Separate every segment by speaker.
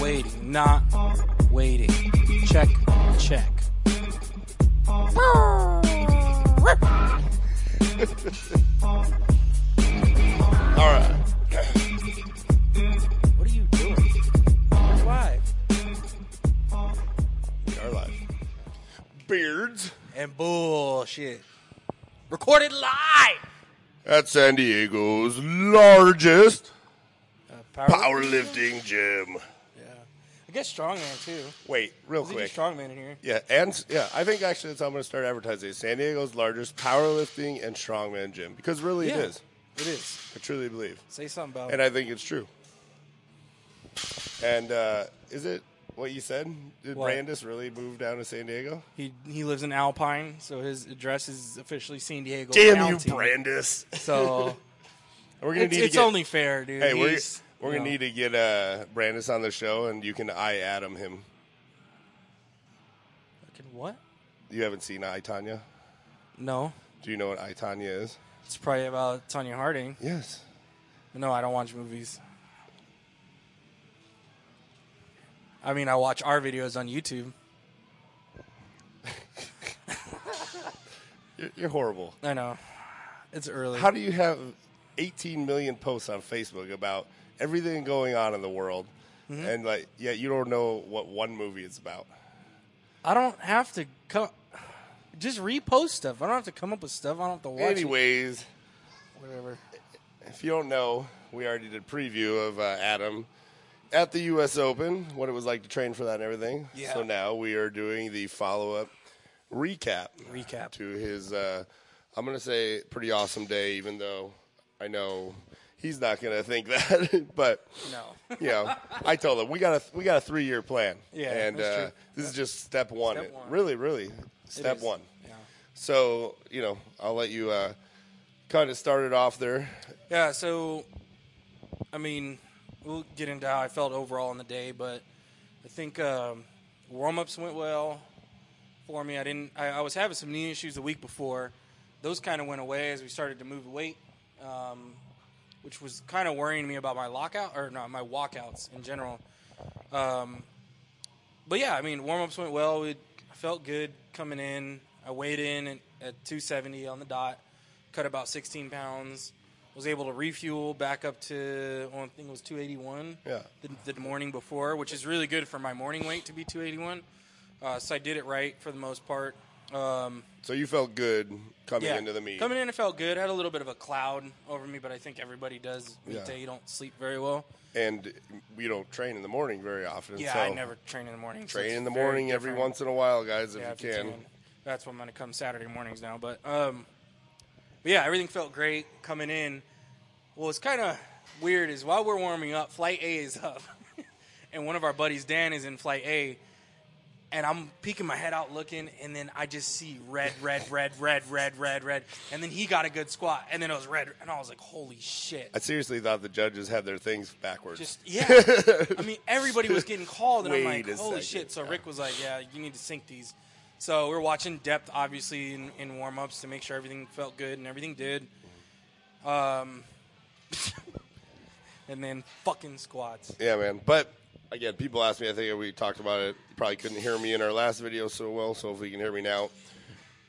Speaker 1: Waiting, not waiting. Check, check.
Speaker 2: All right.
Speaker 1: What are you doing? You're live.
Speaker 2: We are live. Beards.
Speaker 1: And bullshit. Recorded live.
Speaker 2: At San Diego's largest
Speaker 1: Uh, power.
Speaker 2: powerlifting gym.
Speaker 1: Yeah. I guess strongman too.
Speaker 2: Wait, real
Speaker 1: Is it
Speaker 2: quick.
Speaker 1: strongman in here?
Speaker 2: Yeah, and yeah, I think actually that's how I'm going to start advertising. San Diego's largest powerlifting and strongman gym because really
Speaker 1: Yeah.
Speaker 2: it is.
Speaker 1: It is.
Speaker 2: I truly believe,
Speaker 1: Say something about
Speaker 2: and
Speaker 1: it.
Speaker 2: I think it's true. And uh, is it what you said? Did
Speaker 1: What?
Speaker 2: Brandis really move down to San Diego?
Speaker 1: He he lives in Alpine, so his address is officially San Diego.
Speaker 2: Damn you,
Speaker 1: County.
Speaker 2: Brandis!
Speaker 1: So
Speaker 2: We're gonna
Speaker 1: it's,
Speaker 2: need
Speaker 1: it's
Speaker 2: to get,
Speaker 1: only fair, dude.
Speaker 2: Hey, we're,
Speaker 1: He's,
Speaker 2: we're
Speaker 1: you
Speaker 2: gonna
Speaker 1: know,
Speaker 2: need to get uh, Brandis on the show, and you can I Adam him.
Speaker 1: fucking what?
Speaker 2: You haven't seen I Tanya?
Speaker 1: No.
Speaker 2: Do you know what I Tanya is?
Speaker 1: It's probably about Tanya Harding.
Speaker 2: Yes.
Speaker 1: No, I don't watch movies. I mean, I watch our videos on YouTube.
Speaker 2: You're, you're horrible.
Speaker 1: I know. It's early.
Speaker 2: How do you have 18 million posts on Facebook about everything going on in the world,
Speaker 1: Mm-hmm.
Speaker 2: and like yet you don't know what one movie it's about?
Speaker 1: I don't have to come. Just repost stuff. I don't have to come up with stuff. I don't have to watch it.
Speaker 2: Anyways,
Speaker 1: Whatever.
Speaker 2: if you don't know, we already did preview of uh, Adam at the U.S. Open, what it was like to train for that and everything.
Speaker 1: Yeah.
Speaker 2: So now we are doing the follow-up recap.
Speaker 1: Recap.
Speaker 2: to his. Uh, I'm gonna say pretty awesome day, even though I know he's not gonna think that, but.
Speaker 1: No.
Speaker 2: you know, I told him we got a we got a three year plan.
Speaker 1: Yeah,
Speaker 2: and
Speaker 1: that's
Speaker 2: uh,
Speaker 1: true.
Speaker 2: this is just step one.
Speaker 1: Step one.
Speaker 2: Really, really,
Speaker 1: It
Speaker 2: step
Speaker 1: is.
Speaker 2: one.
Speaker 1: Yeah.
Speaker 2: So you know, I'll let you uh, kind of start it off there.
Speaker 1: Yeah, so I mean, we'll get into how I felt overall in the day, but I think um, warm ups went well for me. I didn't. I, I was having some knee issues the week before. Those kind of went away as we started to move weight, um, which was kind of worrying me about my lockout or not my walkouts in general. Um, but yeah, I mean, warm ups went well. It I felt good coming in. I weighed in at, at 270 on the dot, cut about 16 pounds. Was able to refuel back up to oh, I think it was 281.
Speaker 2: Yeah.
Speaker 1: The, the morning before, which is really good for my morning weight to be 281. Uh, so I did it right for the most part. Um,
Speaker 2: So you felt good coming
Speaker 1: yeah,
Speaker 2: into the meet.
Speaker 1: coming in, it felt good. Had a little bit of a cloud over me, but I think everybody does. Meet
Speaker 2: Yeah.
Speaker 1: day, you don't sleep very well.
Speaker 2: and we don't train in the morning very often.
Speaker 1: Yeah,
Speaker 2: so
Speaker 1: I never train in the morning. so
Speaker 2: train
Speaker 1: it's
Speaker 2: in the
Speaker 1: very
Speaker 2: morning every
Speaker 1: different.
Speaker 2: once in a while, guys, if
Speaker 1: Yeah,
Speaker 2: you can.
Speaker 1: That's what I'm going to come Saturday mornings now. But, um, but yeah, everything felt great coming in. Well, it's kind of weird is while we're warming up, flight A is up, and one of our buddies Dan is in flight A, and I'm peeking my head out looking, and then I just see red, red, red, red, red, red, red, and then he got a good squat, and then it was red, and I was like, holy shit.
Speaker 2: I seriously thought the judges had their things backwards.
Speaker 1: Just yeah. I mean, everybody was getting called, and I'm
Speaker 2: Wait
Speaker 1: like,
Speaker 2: a
Speaker 1: holy
Speaker 2: second.
Speaker 1: shit! So Rick was like, yeah, you need to sync these. So we're watching depth, obviously, in, in warm ups to make sure everything felt good and everything did. Um, and then fucking squats.
Speaker 2: Yeah, man. But again, people ask me. I think we talked about it. You probably couldn't hear me in our last video so well, so hopefully you can hear me now.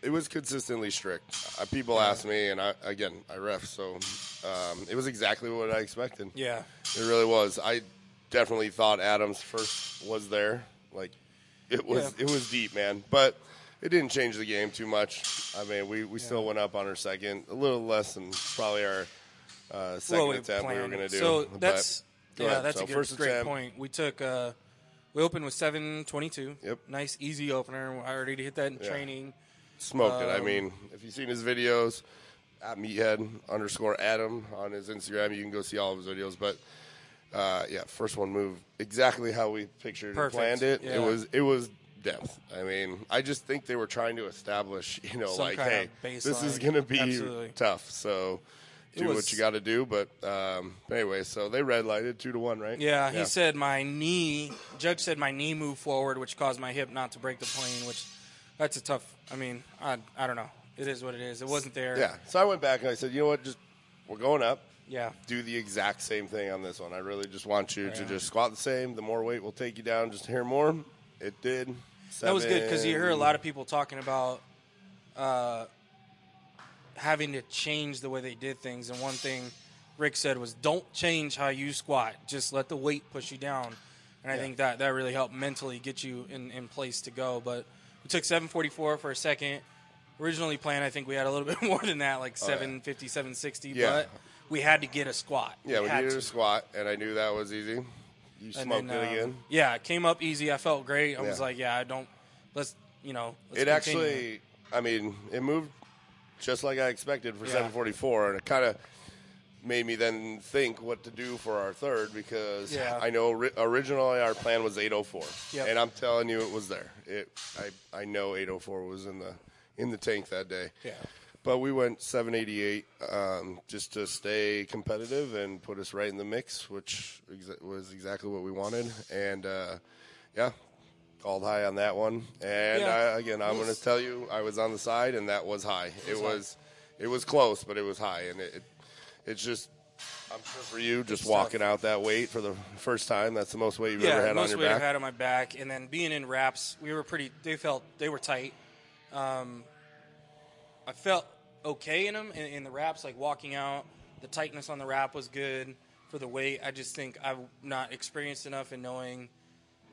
Speaker 2: It was consistently strict. Uh, people asked me, and I again I ref, so um, it was exactly what I expected.
Speaker 1: Yeah,
Speaker 2: it really was. I definitely thought Adams first was there. Like it was,
Speaker 1: Yeah.
Speaker 2: it was deep, man. But it didn't change the game too much. I mean, we, we still went up on our second, a little less than probably our uh, second
Speaker 1: Well, we
Speaker 2: attempt we were
Speaker 1: planned.
Speaker 2: going to do.
Speaker 1: So
Speaker 2: But-
Speaker 1: that's
Speaker 2: Go
Speaker 1: yeah,
Speaker 2: ahead.
Speaker 1: that's
Speaker 2: So
Speaker 1: a good,
Speaker 2: first
Speaker 1: great
Speaker 2: attempt.
Speaker 1: point. We took uh, we opened with seven twenty two.
Speaker 2: Yep.
Speaker 1: nice easy opener. I already hit that in
Speaker 2: Yeah.
Speaker 1: training.
Speaker 2: smoked it. I
Speaker 1: Um,
Speaker 2: mean, if you've seen his videos, at meathead underscore Adam on his Instagram, you can go see all of his videos. But uh, yeah, first one move exactly how we pictured
Speaker 1: Perfect.
Speaker 2: and planned it.
Speaker 1: Yeah.
Speaker 2: It was it was depth. I mean, I just think they were trying to establish, you know,
Speaker 1: Some
Speaker 2: like
Speaker 1: kind
Speaker 2: hey,
Speaker 1: of
Speaker 2: this is
Speaker 1: baseline.
Speaker 2: going to be
Speaker 1: Absolutely.
Speaker 2: tough. So. Do
Speaker 1: was-
Speaker 2: what you got to do, but um, anyway, so they red lighted two to one, right?
Speaker 1: Yeah, he said my knee. Judge said my knee moved forward, which caused my hip not to break the plane. Which that's a tough. I mean, I I don't know. It is what it is. It wasn't there.
Speaker 2: Yeah. So I went back and I said, you know what, just we're going up.
Speaker 1: Yeah.
Speaker 2: Do the exact same thing on this one. I really just want you to just squat the same. The more weight will take you down. Just hear more. It did.
Speaker 1: That was good because you hear a
Speaker 2: Seven.
Speaker 1: lot of people talking about uh, having to change the way they did things. And one thing Rick said was, "Don't change how you squat. Just let the weight push you down." And I think that that really helped mentally get you in, in place to go. But we took 744 for a second. Originally planned, I think we had a little bit more than that, like 750, 760.
Speaker 2: Oh, Yeah.
Speaker 1: But we had to get a squat.
Speaker 2: Yeah, we
Speaker 1: had
Speaker 2: needed
Speaker 1: to.
Speaker 2: a squat, and I knew that was easy. You
Speaker 1: And
Speaker 2: smoked
Speaker 1: then,
Speaker 2: it
Speaker 1: uh,
Speaker 2: again.
Speaker 1: Yeah, it came up easy. I felt great. I was
Speaker 2: Yeah.
Speaker 1: like, yeah, I don't. Let's you know. Let's
Speaker 2: It
Speaker 1: continue.
Speaker 2: actually, I mean, it moved just like I expected for
Speaker 1: Yeah.
Speaker 2: 744, and it kind of made me then think what to do for our third because
Speaker 1: Yeah.
Speaker 2: I know ri- originally our plan was 804,
Speaker 1: Yep.
Speaker 2: and I'm telling you, it was there. It, I, I know 804 was in the in the tank that day.
Speaker 1: Yeah.
Speaker 2: But we went 788 um, just to stay competitive and put us right in the mix, which exa- was exactly what we wanted. And uh, yeah, called high on that one. And
Speaker 1: Yeah.
Speaker 2: I, again, I'm
Speaker 1: It
Speaker 2: going
Speaker 1: was-
Speaker 2: to tell you, I was on the side, and that was high. It
Speaker 1: was high.
Speaker 2: was, it was close, but it was high, and it, it it's just. I'm sure for you, just walking out that weight for the first time, that's the most weight you've
Speaker 1: yeah,
Speaker 2: ever had
Speaker 1: most
Speaker 2: on
Speaker 1: weight
Speaker 2: your
Speaker 1: I've
Speaker 2: back.
Speaker 1: had on my back, and then being in wraps, we were pretty. They felt they were tight. Um, I felt okay in them in, in the wraps, like walking out. The tightness on the wrap was good for the weight. I just think I'm not experienced enough in knowing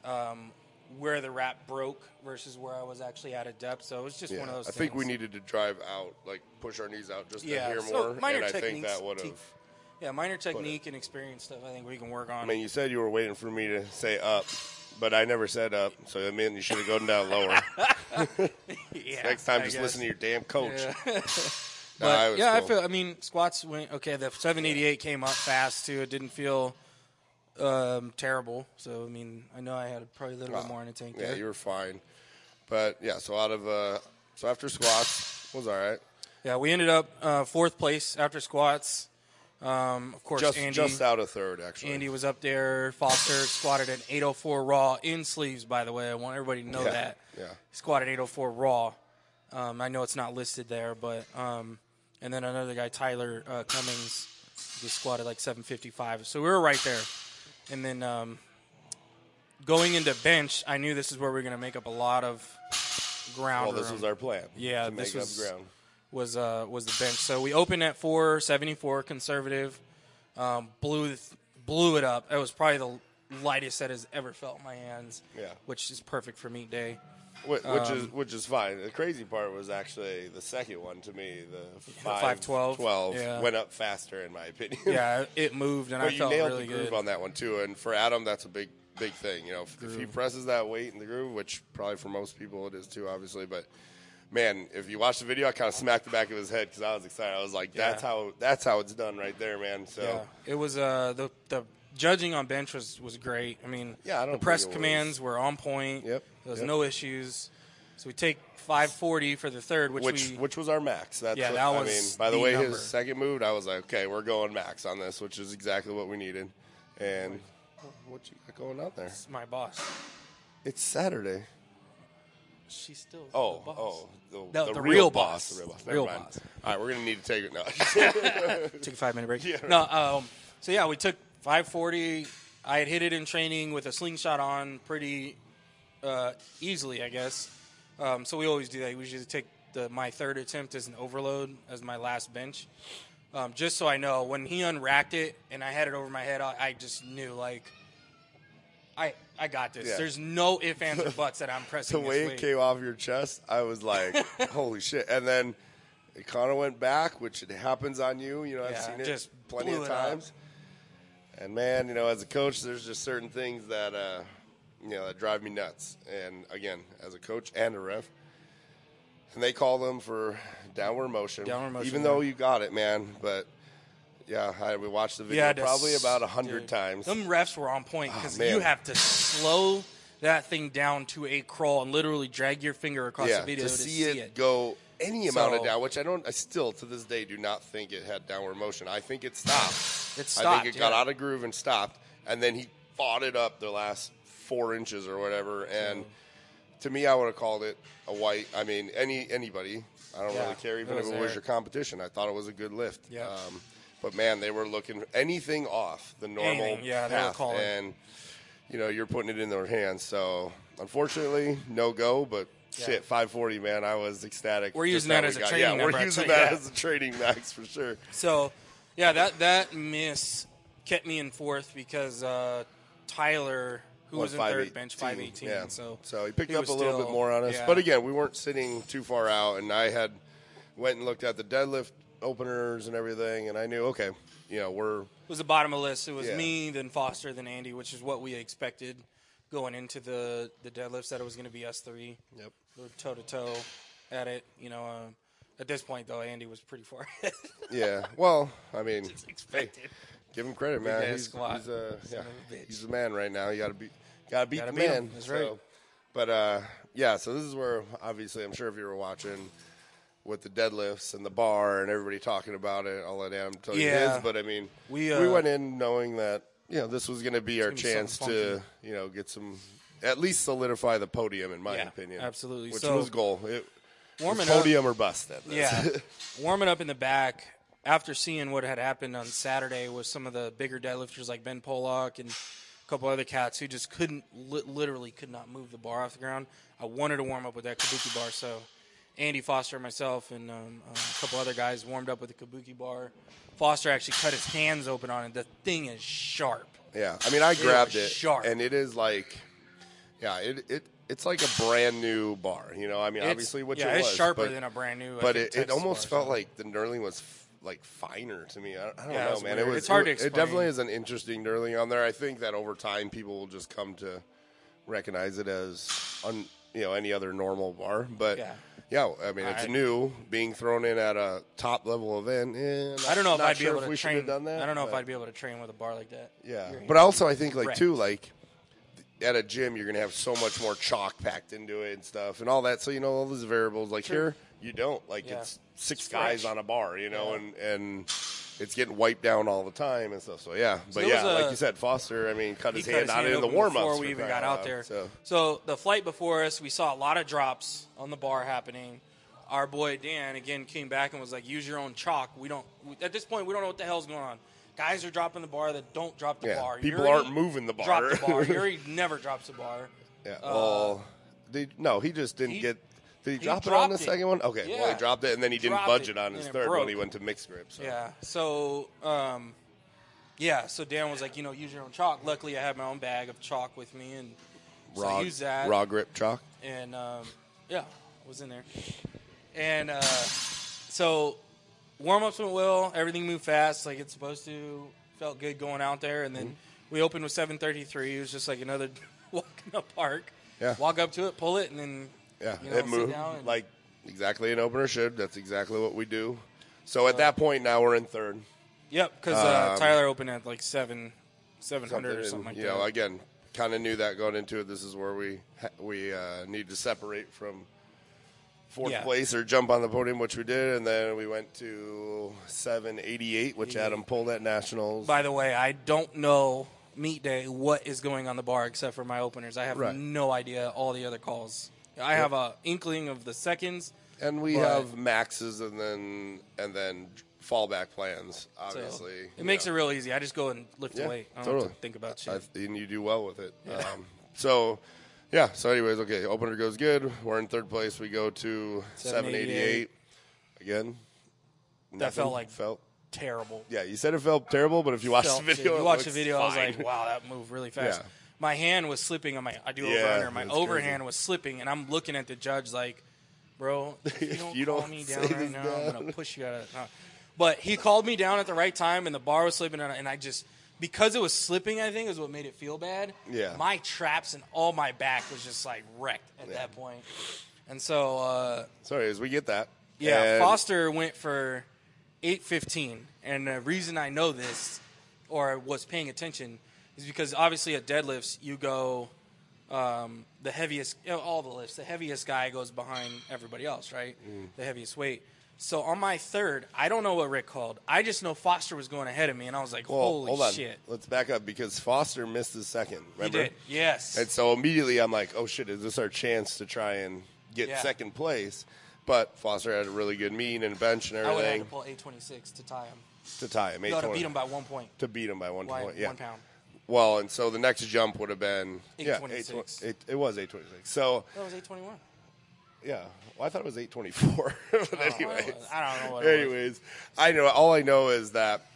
Speaker 1: um, where the wrap broke versus where I was actually out of depth. So it was just
Speaker 2: Yeah.
Speaker 1: one of those.
Speaker 2: I think we
Speaker 1: things.
Speaker 2: needed to drive out, like push our knees out just
Speaker 1: yeah,
Speaker 2: to hear
Speaker 1: so
Speaker 2: more.
Speaker 1: minor
Speaker 2: and I
Speaker 1: techniques.
Speaker 2: think that would
Speaker 1: te-
Speaker 2: have
Speaker 1: yeah, minor technique and experience stuff. I think we can work on.
Speaker 2: I mean, you said you were waiting for me to say up, but I never said up, so that meant you should have gone down lower.
Speaker 1: yeah,
Speaker 2: Next time,
Speaker 1: I
Speaker 2: just
Speaker 1: guess.
Speaker 2: listen to your damn coach.
Speaker 1: Yeah.
Speaker 2: Nah,
Speaker 1: But,
Speaker 2: it was
Speaker 1: yeah,
Speaker 2: cool.
Speaker 1: I feel. I mean, squats went okay. The 788 came up fast too. It didn't feel um, terrible. So I mean, I know I had probably a little bit more in the tank
Speaker 2: Ah, Yeah,
Speaker 1: there.
Speaker 2: you were fine, but yeah. So out of uh, so after squats was all right.
Speaker 1: Yeah, we ended up uh, fourth place after squats. Um, of course,
Speaker 2: Just
Speaker 1: Andy.
Speaker 2: just out of third actually.
Speaker 1: Andy was up there. Foster squatted at 804 raw in sleeves. By the way, I want everybody to know
Speaker 2: Yeah,
Speaker 1: that.
Speaker 2: yeah.
Speaker 1: Squatted 804 raw. Um, I know it's not listed there, but um, and then another guy, Tyler uh, Cummings, just squatted like 755. So we were right there. And then um, going into bench, I knew this is where we are going to make up a lot of ground.
Speaker 2: well, this
Speaker 1: room
Speaker 2: was our plan.
Speaker 1: Yeah,
Speaker 2: to
Speaker 1: this
Speaker 2: make
Speaker 1: was-
Speaker 2: up ground.
Speaker 1: was uh, was the bench. So we opened at 474 conservative. Um, blew th- blew it up. It was probably the lightest that has ever felt in my hands.
Speaker 2: Yeah.
Speaker 1: which is perfect for meat day.
Speaker 2: Which, which
Speaker 1: um,
Speaker 2: is which is fine. The crazy part was actually the second one to me. The five,
Speaker 1: 512,
Speaker 2: 12
Speaker 1: yeah.
Speaker 2: went up faster in my opinion.
Speaker 1: Yeah, it moved and
Speaker 2: But
Speaker 1: I
Speaker 2: you
Speaker 1: felt
Speaker 2: nailed
Speaker 1: really
Speaker 2: the groove
Speaker 1: good.
Speaker 2: on that one too, and for Adam, that's a big, big thing. You know, if, if he presses that weight in the groove, which probably for most people it is too, obviously. But man, if you watch the video, I kind of smacked the back of his head because I was excited. I was like, "That's
Speaker 1: Yeah.
Speaker 2: how, that's how it's done, right there, man." So
Speaker 1: Yeah, it was uh, the the judging on bench was, was great. I mean,
Speaker 2: Yeah, I don't
Speaker 1: the
Speaker 2: think
Speaker 1: press
Speaker 2: it was-
Speaker 1: commands were on point.
Speaker 2: Yep,
Speaker 1: there was
Speaker 2: yep.
Speaker 1: no issues. So we take 540 for the third, which,
Speaker 2: which
Speaker 1: we
Speaker 2: which was our max. That's
Speaker 1: Yeah,
Speaker 2: what,
Speaker 1: that
Speaker 2: I
Speaker 1: was
Speaker 2: mean, by the,
Speaker 1: the
Speaker 2: way,
Speaker 1: number.
Speaker 2: his second move, I was like, "Okay, we're going max on this," which is exactly what we needed. And what you got going out there?
Speaker 1: my boss.
Speaker 2: It's Saturday.
Speaker 1: She's still
Speaker 2: Oh,
Speaker 1: the boss.
Speaker 2: oh, the,
Speaker 1: No,
Speaker 2: the
Speaker 1: the
Speaker 2: real,
Speaker 1: real
Speaker 2: boss.
Speaker 1: boss.
Speaker 2: The real boss.
Speaker 1: Real
Speaker 2: Never mind.
Speaker 1: boss.
Speaker 2: All right, we're gonna need to take it now.
Speaker 1: Take a five minute break. No, um, so yeah, we took 540. I had hit it in training with a slingshot on pretty uh, easily, I guess. Um, so we always do that. We usually take the, my third attempt as an overload as my last bench, um, just so I know when he unracked it and I had it over my head. I, I just knew like. I, I got this.
Speaker 2: Yeah.
Speaker 1: There's no ifs, ands, or buts that I'm
Speaker 2: the
Speaker 1: pressing this
Speaker 2: way it
Speaker 1: weight.
Speaker 2: came off your chest, I was like, "Holy shit!" And then it kind of went back, which it happens on you. You know, I've
Speaker 1: Yeah,
Speaker 2: seen it
Speaker 1: just
Speaker 2: plenty
Speaker 1: blew
Speaker 2: of
Speaker 1: it up.
Speaker 2: times. And man, you know, as a coach, there's just certain things that uh, you know that drive me nuts. And again, as a coach and a ref, and they call them for downward motion,
Speaker 1: Downward motion,
Speaker 2: even though
Speaker 1: yeah.
Speaker 2: you got it, man. But yeah, I, we watched the video
Speaker 1: I had to
Speaker 2: probably
Speaker 1: s-
Speaker 2: about a hundred
Speaker 1: dude,
Speaker 2: times.
Speaker 1: Them refs were on point because
Speaker 2: Ah, man.
Speaker 1: you have to slow that thing down to a crawl and literally drag your finger across
Speaker 2: yeah,
Speaker 1: the video
Speaker 2: to, see, it, go any amount of
Speaker 1: So-
Speaker 2: down, which I don't. I still to this day do not think it had downward motion. I think it stopped.
Speaker 1: It
Speaker 2: I
Speaker 1: stopped,
Speaker 2: think it got
Speaker 1: yeah.
Speaker 2: out of groove and stopped, and then he fought it up the last four inches or whatever. And to me, I would have called it a white. I mean, any anybody. I don't
Speaker 1: Yeah,
Speaker 2: really care, even
Speaker 1: it
Speaker 2: if
Speaker 1: was
Speaker 2: it was
Speaker 1: there.
Speaker 2: your competition. I thought it was a good lift.
Speaker 1: Yeah.
Speaker 2: Um, But man, they were looking anything off the normal
Speaker 1: Anything, yeah, they were
Speaker 2: path,
Speaker 1: calling.
Speaker 2: and you know you're putting it in their hands. So unfortunately, no go. But
Speaker 1: Yeah.
Speaker 2: shit, 540, man, I was ecstatic.
Speaker 1: We're
Speaker 2: just
Speaker 1: using that
Speaker 2: we
Speaker 1: as a
Speaker 2: got-
Speaker 1: training
Speaker 2: Yeah,
Speaker 1: number,
Speaker 2: we're
Speaker 1: I'll
Speaker 2: using
Speaker 1: tell you
Speaker 2: that
Speaker 1: that.
Speaker 2: as a training max for sure.
Speaker 1: So, yeah, that that miss kept me in fourth because uh, Tyler, who was in
Speaker 2: What,
Speaker 1: third
Speaker 2: 5'18"?
Speaker 1: bench, five eighteen.
Speaker 2: Yeah.
Speaker 1: So,
Speaker 2: he picked up
Speaker 1: was
Speaker 2: a little
Speaker 1: still-
Speaker 2: bit more on us.
Speaker 1: yeah.
Speaker 2: But again, we weren't sitting too far out, and I had went and looked at the deadlift openers and everything, and I knew okay, you know we're
Speaker 1: it was the bottom of the list. It was
Speaker 2: Yeah.
Speaker 1: me, then Foster, then Andy, which is what we expected going into the the deadlifts that it was going to be us three.
Speaker 2: yep.
Speaker 1: We were toe to toe at it. You know, um, at this point though, Andy was pretty far. ahead.
Speaker 2: yeah. Well, I mean,
Speaker 1: expected.
Speaker 2: give him credit, man.
Speaker 1: ass
Speaker 2: He's,
Speaker 1: squat.
Speaker 2: he's, uh, yeah,
Speaker 1: of a bitch.
Speaker 2: he's the man right now. You got to be, got to beat
Speaker 1: Gotta
Speaker 2: the
Speaker 1: beat
Speaker 2: man.
Speaker 1: him. That's right.
Speaker 2: So, but uh, yeah, so this is where obviously I'm sure if you were watching with the deadlifts and the bar and everybody talking about it, I'll let Adam tell you
Speaker 1: Yeah.
Speaker 2: his. But I mean,
Speaker 1: We,
Speaker 2: we
Speaker 1: uh,
Speaker 2: went in knowing that you know this was going to be our
Speaker 1: gonna be something
Speaker 2: chance to you know get some at least solidify the podium in my
Speaker 1: Yeah,
Speaker 2: opinion.
Speaker 1: absolutely.
Speaker 2: which
Speaker 1: So-
Speaker 2: was goal. It,
Speaker 1: Warming up.
Speaker 2: podium or bust. Then
Speaker 1: Yeah. Warming up in the back after seeing what had happened on Saturday with some of the bigger deadlifters like Ben Pollock and a couple other cats who just couldn't, li- literally could not move the bar off the ground. I wanted to warm up with that kabuki bar. So Andy Foster, myself, and um, uh, a couple other guys warmed up with the kabuki bar. Foster actually cut his hands open on it. The thing is sharp.
Speaker 2: Yeah, I mean, I grabbed
Speaker 1: was
Speaker 2: it,
Speaker 1: sharp.
Speaker 2: and it is like, yeah, it it it's like a brand new bar. You know, I mean,
Speaker 1: It's-
Speaker 2: obviously, what
Speaker 1: yeah,
Speaker 2: it
Speaker 1: it's
Speaker 2: was,
Speaker 1: sharper
Speaker 2: but,
Speaker 1: than a brand new. I think,
Speaker 2: but it, it
Speaker 1: Texas
Speaker 2: almost
Speaker 1: bar,
Speaker 2: felt like the knurling was f- like finer to me. I, I don't
Speaker 1: Yeah, it
Speaker 2: know,
Speaker 1: was
Speaker 2: man. It
Speaker 1: weird.
Speaker 2: was
Speaker 1: It's hard to
Speaker 2: it- It
Speaker 1: explain.
Speaker 2: definitely is an interesting knurling on there. I think that over time, people will just come to recognize it as un, you know any other normal bar, but.
Speaker 1: Yeah.
Speaker 2: Yeah, I mean it's
Speaker 1: I-
Speaker 2: new, being thrown in at a top level event. eh,
Speaker 1: I don't know if
Speaker 2: not
Speaker 1: I'd
Speaker 2: sure
Speaker 1: be
Speaker 2: if
Speaker 1: able
Speaker 2: we
Speaker 1: to
Speaker 2: should have
Speaker 1: train.
Speaker 2: Done that,
Speaker 1: I don't know
Speaker 2: but-
Speaker 1: if I'd be able to train with a bar like that.
Speaker 2: yeah,
Speaker 1: Your hands
Speaker 2: but also I think like
Speaker 1: wrecked.
Speaker 2: too like at a gym you're gonna have so much more chalk packed into it and stuff and all that. So you know all those variables. Like here you don't like
Speaker 1: Yeah.
Speaker 2: it's six
Speaker 1: It's
Speaker 2: guys
Speaker 1: fresh.
Speaker 2: on a bar, you know,
Speaker 1: Yeah.
Speaker 2: and and it's getting wiped down all the time and stuff. So yeah, but
Speaker 1: there was
Speaker 2: yeah,
Speaker 1: a-
Speaker 2: like you said, Foster. I mean, cut
Speaker 1: He
Speaker 2: his
Speaker 1: cut
Speaker 2: hand out in the
Speaker 1: open
Speaker 2: warm ups
Speaker 1: before we even got out there.
Speaker 2: So
Speaker 1: So. the flight before us, we saw a lot of drops on the bar happening. Our boy Dan again came back and was like, "Use your own chalk. We don't we- at this point we don't know what the hell's going on. Guys are dropping the bar that don't drop the
Speaker 2: Yeah,
Speaker 1: bar.
Speaker 2: people
Speaker 1: Yuri
Speaker 2: aren't moving the bar.
Speaker 1: Dropped the bar. Yuri never drops the bar.
Speaker 2: yeah, well, they, no, he just didn't
Speaker 1: he-
Speaker 2: get. Did he, drop it on
Speaker 1: dropped it.
Speaker 2: the second one? Okay, well
Speaker 1: Yeah.
Speaker 2: he dropped it and then he didn't
Speaker 1: Dropped
Speaker 2: budge
Speaker 1: it,
Speaker 2: it on his
Speaker 1: and it
Speaker 2: third
Speaker 1: broke.
Speaker 2: when he went to mixed grip. So.
Speaker 1: Yeah. So, um, yeah. So Dan was like, you know, use your own chalk. Luckily, I had my own bag of chalk with me, and so
Speaker 2: raw,
Speaker 1: I used that.
Speaker 2: raw grip chalk.
Speaker 1: and um, yeah, I was in there. And uh, so warm ups went well. Everything moved fast, like it's supposed to. Felt good going out there, and then
Speaker 2: Mm-hmm.
Speaker 1: we opened with 7:33. It was just like another walk in the park.
Speaker 2: Yeah.
Speaker 1: Walk up to it, pull it, and then
Speaker 2: Yeah,
Speaker 1: you know, sit
Speaker 2: it moved
Speaker 1: down and-
Speaker 2: like exactly an opener should. That's exactly what we do. So at that point, now we're in third.
Speaker 1: yep, because uh,
Speaker 2: Um,
Speaker 1: Tyler opened at like seven, 700 or
Speaker 2: and,
Speaker 1: something like
Speaker 2: you
Speaker 1: that.
Speaker 2: know, again, kind of knew that going into it. This is where we ha- we uh, need to separate from fourth
Speaker 1: Yeah.
Speaker 2: place or jump on the podium, which we did, and then we went to seven eighty eight, which Adam pulled at nationals.
Speaker 1: By the way, I don't know meet day what is going on the bar except for my openers. I have
Speaker 2: Right.
Speaker 1: no idea all the other calls. I have a inkling of the seconds.
Speaker 2: and we
Speaker 1: but-
Speaker 2: have maxes and then and then fallback plans.
Speaker 1: so
Speaker 2: Obviously,
Speaker 1: it makes
Speaker 2: it.
Speaker 1: it real easy. I just go and lift
Speaker 2: Yeah,
Speaker 1: away. I don't
Speaker 2: totally.
Speaker 1: have to think about shit.
Speaker 2: I th- and you do well with it. Um, so, yeah. So, anyways, okay. Opener goes good. We're in third place. We go to seven eighty
Speaker 1: 788.
Speaker 2: eight again.
Speaker 1: That felt
Speaker 2: nothing
Speaker 1: like-
Speaker 2: felt.
Speaker 1: Terrible.
Speaker 2: Yeah, you said it felt terrible, but if you watch
Speaker 1: Felt-
Speaker 2: the video,
Speaker 1: dude,
Speaker 2: it
Speaker 1: you watch
Speaker 2: looks
Speaker 1: the video. I was
Speaker 2: fine.
Speaker 1: like, wow, that moved really fast.
Speaker 2: Yeah.
Speaker 1: My hand was slipping on my. I do
Speaker 2: Yeah,
Speaker 1: over under. My
Speaker 2: that's
Speaker 1: overhand
Speaker 2: crazy.
Speaker 1: was slipping, and I'm looking at the judge like, bro, if you
Speaker 2: If
Speaker 1: don't
Speaker 2: you
Speaker 1: call
Speaker 2: don't
Speaker 1: me
Speaker 2: say
Speaker 1: down right
Speaker 2: this
Speaker 1: now, I'm
Speaker 2: down."
Speaker 1: gonna push you out of. No. But he called me down at the right time, and the bar was slipping, and I- and I just because it was slipping, I think is what made it feel bad.
Speaker 2: Yeah.
Speaker 1: my traps and all my back was just like wrecked at
Speaker 2: Yeah.
Speaker 1: that point, and so. uh
Speaker 2: Sorry, as we get that.
Speaker 1: yeah,
Speaker 2: And-
Speaker 1: Foster went for eight fifteen, and the reason I know this or was paying attention is because obviously at deadlifts you go um, the heaviest, you know, all the lifts, the heaviest guy goes behind everybody else, right?
Speaker 2: Mm.
Speaker 1: The heaviest weight. So on my third, I don't know what Rick called. I just know Foster was going ahead of me, and I was like,
Speaker 2: Well,
Speaker 1: "Holy
Speaker 2: hold on.
Speaker 1: shit!"
Speaker 2: Let's back up because Foster missed his second.
Speaker 1: He
Speaker 2: Remember?
Speaker 1: did, yes.
Speaker 2: And so immediately I'm like, oh shit, is this our chance to try and get
Speaker 1: Yeah.
Speaker 2: second place? But Foster had a really good mean and bench and
Speaker 1: I would
Speaker 2: everything.
Speaker 1: have had to pull eight twenty six to tie him.
Speaker 2: to tie him.
Speaker 1: You ought to
Speaker 2: 820.
Speaker 1: beat him by one point.
Speaker 2: to beat him by one
Speaker 1: By
Speaker 2: point. Yeah.
Speaker 1: one pound.
Speaker 2: Well, and so the next jump would have been yeah,
Speaker 1: 826.
Speaker 2: 820 it, it was eight twenty six. So
Speaker 1: That was 821.
Speaker 2: yeah, well, I thought it was eight twenty four. But anyways,
Speaker 1: Oh, I don't know what it was.
Speaker 2: anyways, I know all I know is that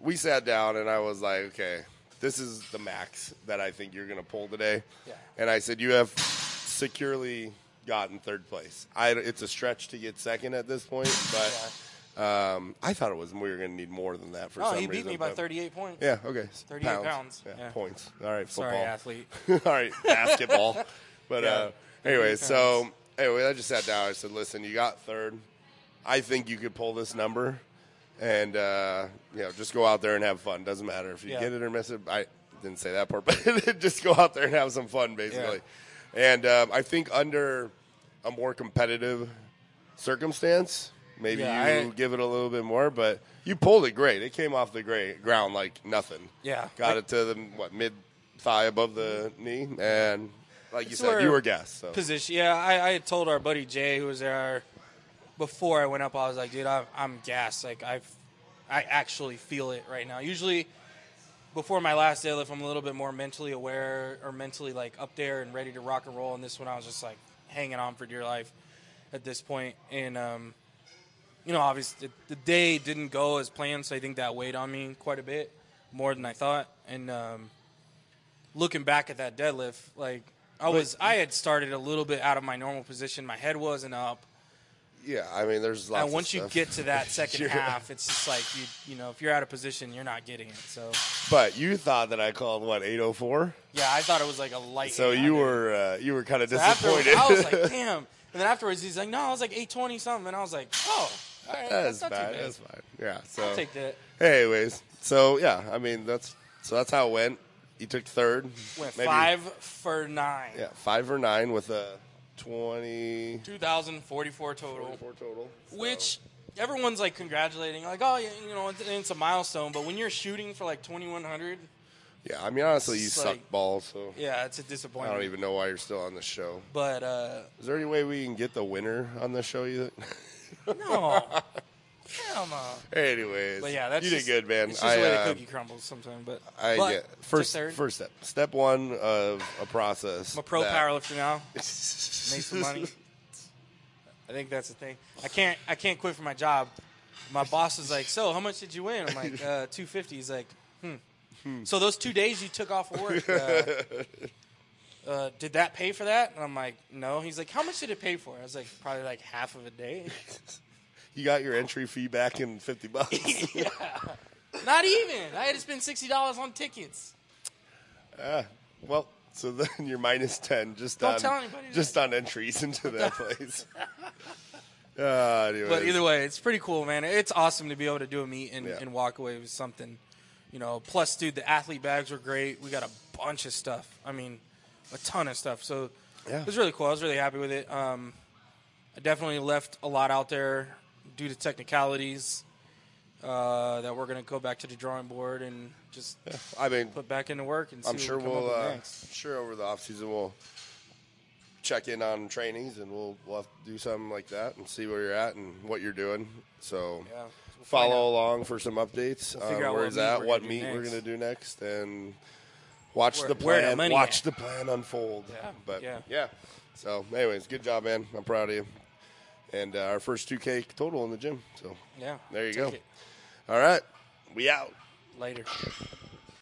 Speaker 2: we sat down and I was like, okay, this is the max that I think you're going to pull today.
Speaker 1: Yeah.
Speaker 2: And I said, you have securely gotten third place. I, it's a stretch to get second at this point, but. Um, I thought it was we were going to need more than that for
Speaker 1: Oh,
Speaker 2: some
Speaker 1: he beat
Speaker 2: reason,
Speaker 1: me by
Speaker 2: but-
Speaker 1: 38 points.
Speaker 2: yeah, okay.
Speaker 1: 38 pounds.
Speaker 2: Yeah,
Speaker 1: Yeah.
Speaker 2: points. All right, football.
Speaker 1: Sorry, athlete.
Speaker 2: All right, basketball. But uh,
Speaker 1: Yeah,
Speaker 2: anyway,
Speaker 1: 38
Speaker 2: so anyway, I just sat down. I said, "Listen, you got third. I think you could pull this number, and uh, you know, just go out there and have fun. Doesn't matter if you
Speaker 1: Yeah.
Speaker 2: get it or miss it. I didn't say that part, but just go out there and have some fun, basically. And um, I think under a more competitive circumstance, maybe
Speaker 1: Yeah,
Speaker 2: you
Speaker 1: I-
Speaker 2: give it a little bit more. But you pulled it great. It came off the gra ground like nothing.
Speaker 1: Yeah.
Speaker 2: got it to the what mid thigh above the knee, and like you
Speaker 1: It's
Speaker 2: said,
Speaker 1: where-
Speaker 2: you were gassed. So
Speaker 1: Position. Yeah, I, I had told our buddy Jay, who was there before I went up, I was like, dude, I'm, I'm gassed. Like, I've, I actually feel it right now. Usually, before my last deadlift, I'm a little bit more mentally aware or mentally, like, up there and ready to rock and roll. And this one, I was just, like, hanging on for dear life at this point. And, um, you know, obviously the, the day didn't go as planned, so I think that weighed on me quite a bit, more than I thought. And um, looking back at that deadlift, like I was, I had started a little bit out of my normal position. My head wasn't up,
Speaker 2: yeah, I mean, there's lots.
Speaker 1: and
Speaker 2: of
Speaker 1: once you
Speaker 2: stuff.
Speaker 1: get to that second
Speaker 2: You're-
Speaker 1: half, it's just like you, you know, if you're out of position, you're not getting it. So
Speaker 2: but you thought that I called what 804.
Speaker 1: yeah, I thought it was like a light.
Speaker 2: So
Speaker 1: hit. I
Speaker 2: you
Speaker 1: didn't-
Speaker 2: were uh, you were kind of
Speaker 1: After,
Speaker 2: disappointed.
Speaker 1: I was like, damn. And then afterwards, he's like, no, I was like 820 something, and I was like, oh, all right,
Speaker 2: that's
Speaker 1: not too
Speaker 2: bad.
Speaker 1: bad.
Speaker 2: That's fine. Yeah. So
Speaker 1: I'll take that.
Speaker 2: Anyways, so yeah, I mean that's so that's how it went. You took third.
Speaker 1: Went
Speaker 2: maybe-
Speaker 1: five for nine.
Speaker 2: Yeah, five or nine with a twenty.
Speaker 1: 2,044 total.
Speaker 2: Four total. So-
Speaker 1: Which everyone's like congratulating, like, oh, yeah, you know, it's, it's a milestone. But when you're shooting for like 2,100,
Speaker 2: Yeah, I mean honestly, you
Speaker 1: It's
Speaker 2: suck
Speaker 1: like-
Speaker 2: balls. So
Speaker 1: yeah, it's a
Speaker 2: I
Speaker 1: disappointment.
Speaker 2: don't even know why you're still on the show.
Speaker 1: But uh,
Speaker 2: Is there any way we can get the winner on the show? You think?
Speaker 1: no, hell no.
Speaker 2: Anyways,
Speaker 1: But yeah, that's
Speaker 2: you
Speaker 1: just,
Speaker 2: did good, man.
Speaker 1: It's just the
Speaker 2: I,
Speaker 1: way
Speaker 2: uh,
Speaker 1: the cookie crumbles sometimes. But
Speaker 2: I
Speaker 1: but
Speaker 2: yeah,
Speaker 1: to
Speaker 2: first
Speaker 1: third,
Speaker 2: first step, step one of a process.
Speaker 1: I'm a pro
Speaker 2: that-
Speaker 1: powerlifter now. Make some money. I think that's the thing. I can't I can't quit for my job. My boss is like, so how much did you win? I'm like, uh, two fifty. He's like, hmm. So those two days you took off of work, uh, uh, did that pay for that? And I'm like, no. He's like, how much did it pay for? I was like, probably like half of a day.
Speaker 2: You got your entry fee back in fifty bucks.
Speaker 1: Not even. I had to spend sixty dollars on tickets.
Speaker 2: well, so then you're minus ten just
Speaker 1: Don't
Speaker 2: on
Speaker 1: tell anybody that.
Speaker 2: just on entries into that place. Ah, anyways.
Speaker 1: But either way, it's pretty cool, man. It's awesome to be able to do a meet and,
Speaker 2: Yeah.
Speaker 1: and walk away with something, you know. Plus, dude, the athlete bags were great. We got a bunch of stuff. I mean, a ton of stuff. So
Speaker 2: Yeah.
Speaker 1: it was really cool. I was really happy with it. Um, I definitely left a lot out there due to technicalities uh, that we're going to go back to the drawing board and just
Speaker 2: I mean,
Speaker 1: put back into work and see
Speaker 2: I'm
Speaker 1: what
Speaker 2: sure
Speaker 1: we come up
Speaker 2: we'll
Speaker 1: with
Speaker 2: uh,
Speaker 1: next.
Speaker 2: sure over the off season we'll check in on trainings and we'll we'll have to do something like that and see where you're at and what you're doing. So
Speaker 1: Yeah, we'll find out.
Speaker 2: follow along for some updates
Speaker 1: figure
Speaker 2: on
Speaker 1: out
Speaker 2: where
Speaker 1: what
Speaker 2: it's
Speaker 1: meet
Speaker 2: at,
Speaker 1: we're
Speaker 2: what
Speaker 1: gonna do
Speaker 2: meet we're
Speaker 1: next.
Speaker 2: gonna do next, and watch
Speaker 1: Where-
Speaker 2: the
Speaker 1: where our
Speaker 2: plan.
Speaker 1: money
Speaker 2: Watch
Speaker 1: at.
Speaker 2: the plan unfold.
Speaker 1: Yeah,
Speaker 2: But
Speaker 1: yeah.
Speaker 2: yeah. So, anyways, good job, man. I'm proud of you. And uh, our first 2K total in the gym. So
Speaker 1: Yeah,
Speaker 2: there you
Speaker 1: take
Speaker 2: go.
Speaker 1: it.
Speaker 2: All right, we out.
Speaker 1: Later.